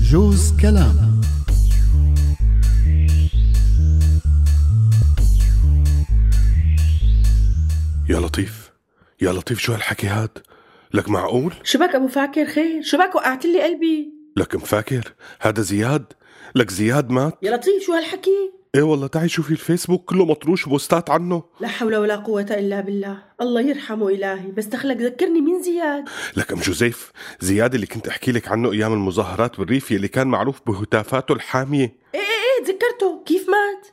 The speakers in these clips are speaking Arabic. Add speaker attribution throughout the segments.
Speaker 1: بجوز كلام
Speaker 2: يا لطيف يا لطيف شو هالحكي هاد لك معقول
Speaker 3: شو بك ابو فاكر خير شو بك وقعت لي قلبي
Speaker 2: لك مفاكر هذا زياد لك زياد مات
Speaker 3: يا لطيف طيب، شو هالحكي
Speaker 2: ايه والله تعي شوفي الفيسبوك كله مطروش بوستات عنه
Speaker 3: لا حول ولا قوة إلا بالله الله يرحمه إلهي بس دخلك ذكرني مين زياد
Speaker 2: لك ام جوزيف زياد اللي كنت احكي لك عنه ايام المظاهرات بالريف اللي كان معروف بهتافاته الحامية
Speaker 3: إيه إيه إيه تذكرته كيف مات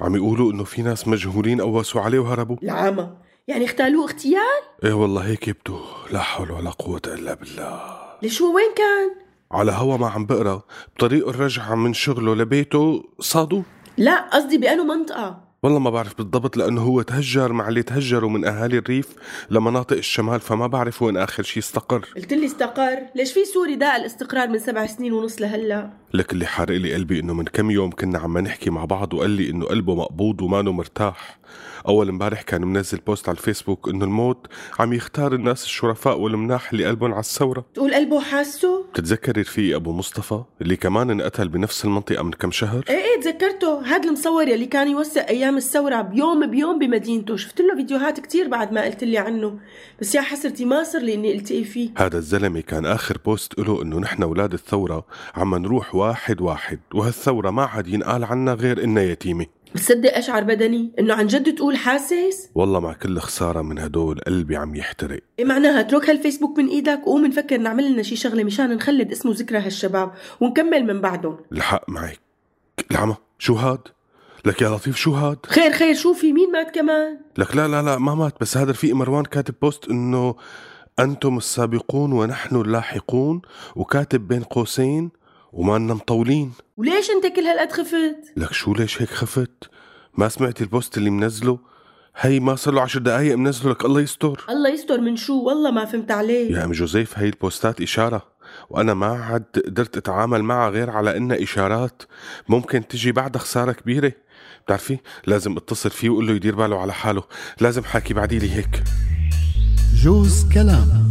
Speaker 2: عم يقولوا انه في ناس مجهولين قوسوا عليه وهربوا
Speaker 3: العمى يعني اختالوه اغتيال
Speaker 2: ايه والله هيك يبدو لا حول ولا قوة الا بالله
Speaker 3: ليش هو وين كان
Speaker 2: على هوا ما عم بقرا بطريقه الرجعة من شغله لبيته صادوه
Speaker 3: لا قصدي بأنه منطقة
Speaker 2: والله ما بعرف بالضبط لأنه هو تهجر مع اللي تهجروا من أهالي الريف لمناطق الشمال فما بعرف وين آخر شي استقر
Speaker 3: قلت لي استقر ليش في سوري داء الاستقرار من سبع سنين ونص لهلا
Speaker 2: لك اللي حارق لي قلبي انه من كم يوم كنا عم نحكي مع بعض وقال لي انه قلبه مقبوض ومانه مرتاح اول امبارح كان منزل بوست على الفيسبوك انه الموت عم يختار الناس الشرفاء والمناح اللي قلبهم على الثوره
Speaker 3: تقول قلبه حاسه
Speaker 2: بتتذكري رفيقي ابو مصطفى اللي كمان انقتل بنفس المنطقه من كم شهر
Speaker 3: ايه ايه تذكرته هذا المصور يلي كان يوثق ايام الثورة بيوم بيوم بمدينته شفت له فيديوهات كتير بعد ما قلت لي عنه بس يا حسرتي ما صار لي اني التقي فيه
Speaker 2: هذا الزلمة كان آخر بوست له إنه نحن أولاد الثورة عم نروح واحد واحد وهالثورة ما عاد ينقال عنا غير إنها يتيمة
Speaker 3: بتصدق اشعر بدني انه عن جد تقول حاسس
Speaker 2: والله مع كل خسارة من هدول قلبي عم يحترق
Speaker 3: إيه معناها اترك هالفيسبوك من ايدك وقوم نفكر نعمل لنا شي شغله مشان نخلد اسمه ذكرى هالشباب ونكمل من بعدهم
Speaker 2: الحق معك العمى شو هاد؟ لك يا لطيف شو هاد؟
Speaker 3: خير خير شو في مين مات كمان
Speaker 2: لك لا لا لا ما مات بس هذا رفيق مروان كاتب بوست إنه أنتم السابقون ونحن اللاحقون وكاتب بين قوسين ومانا مطولين
Speaker 3: وليش انت كل هالقد خفت
Speaker 2: لك شو ليش هيك خفت؟ ما سمعت البوست اللي منزله؟ هي ما صار له عشر دقايق منزله لك الله يستر
Speaker 3: الله يستر من شو والله ما فهمت عليه
Speaker 2: يا ام جوزيف هي البوستات اشاره وانا ما عاد قدرت اتعامل معها غير على انها اشارات ممكن تجي بعدها خساره كبيره بتعرفي لازم اتصل فيه وقول له يدير باله على حاله لازم حاكي بعديلي هيك
Speaker 1: جوز كلام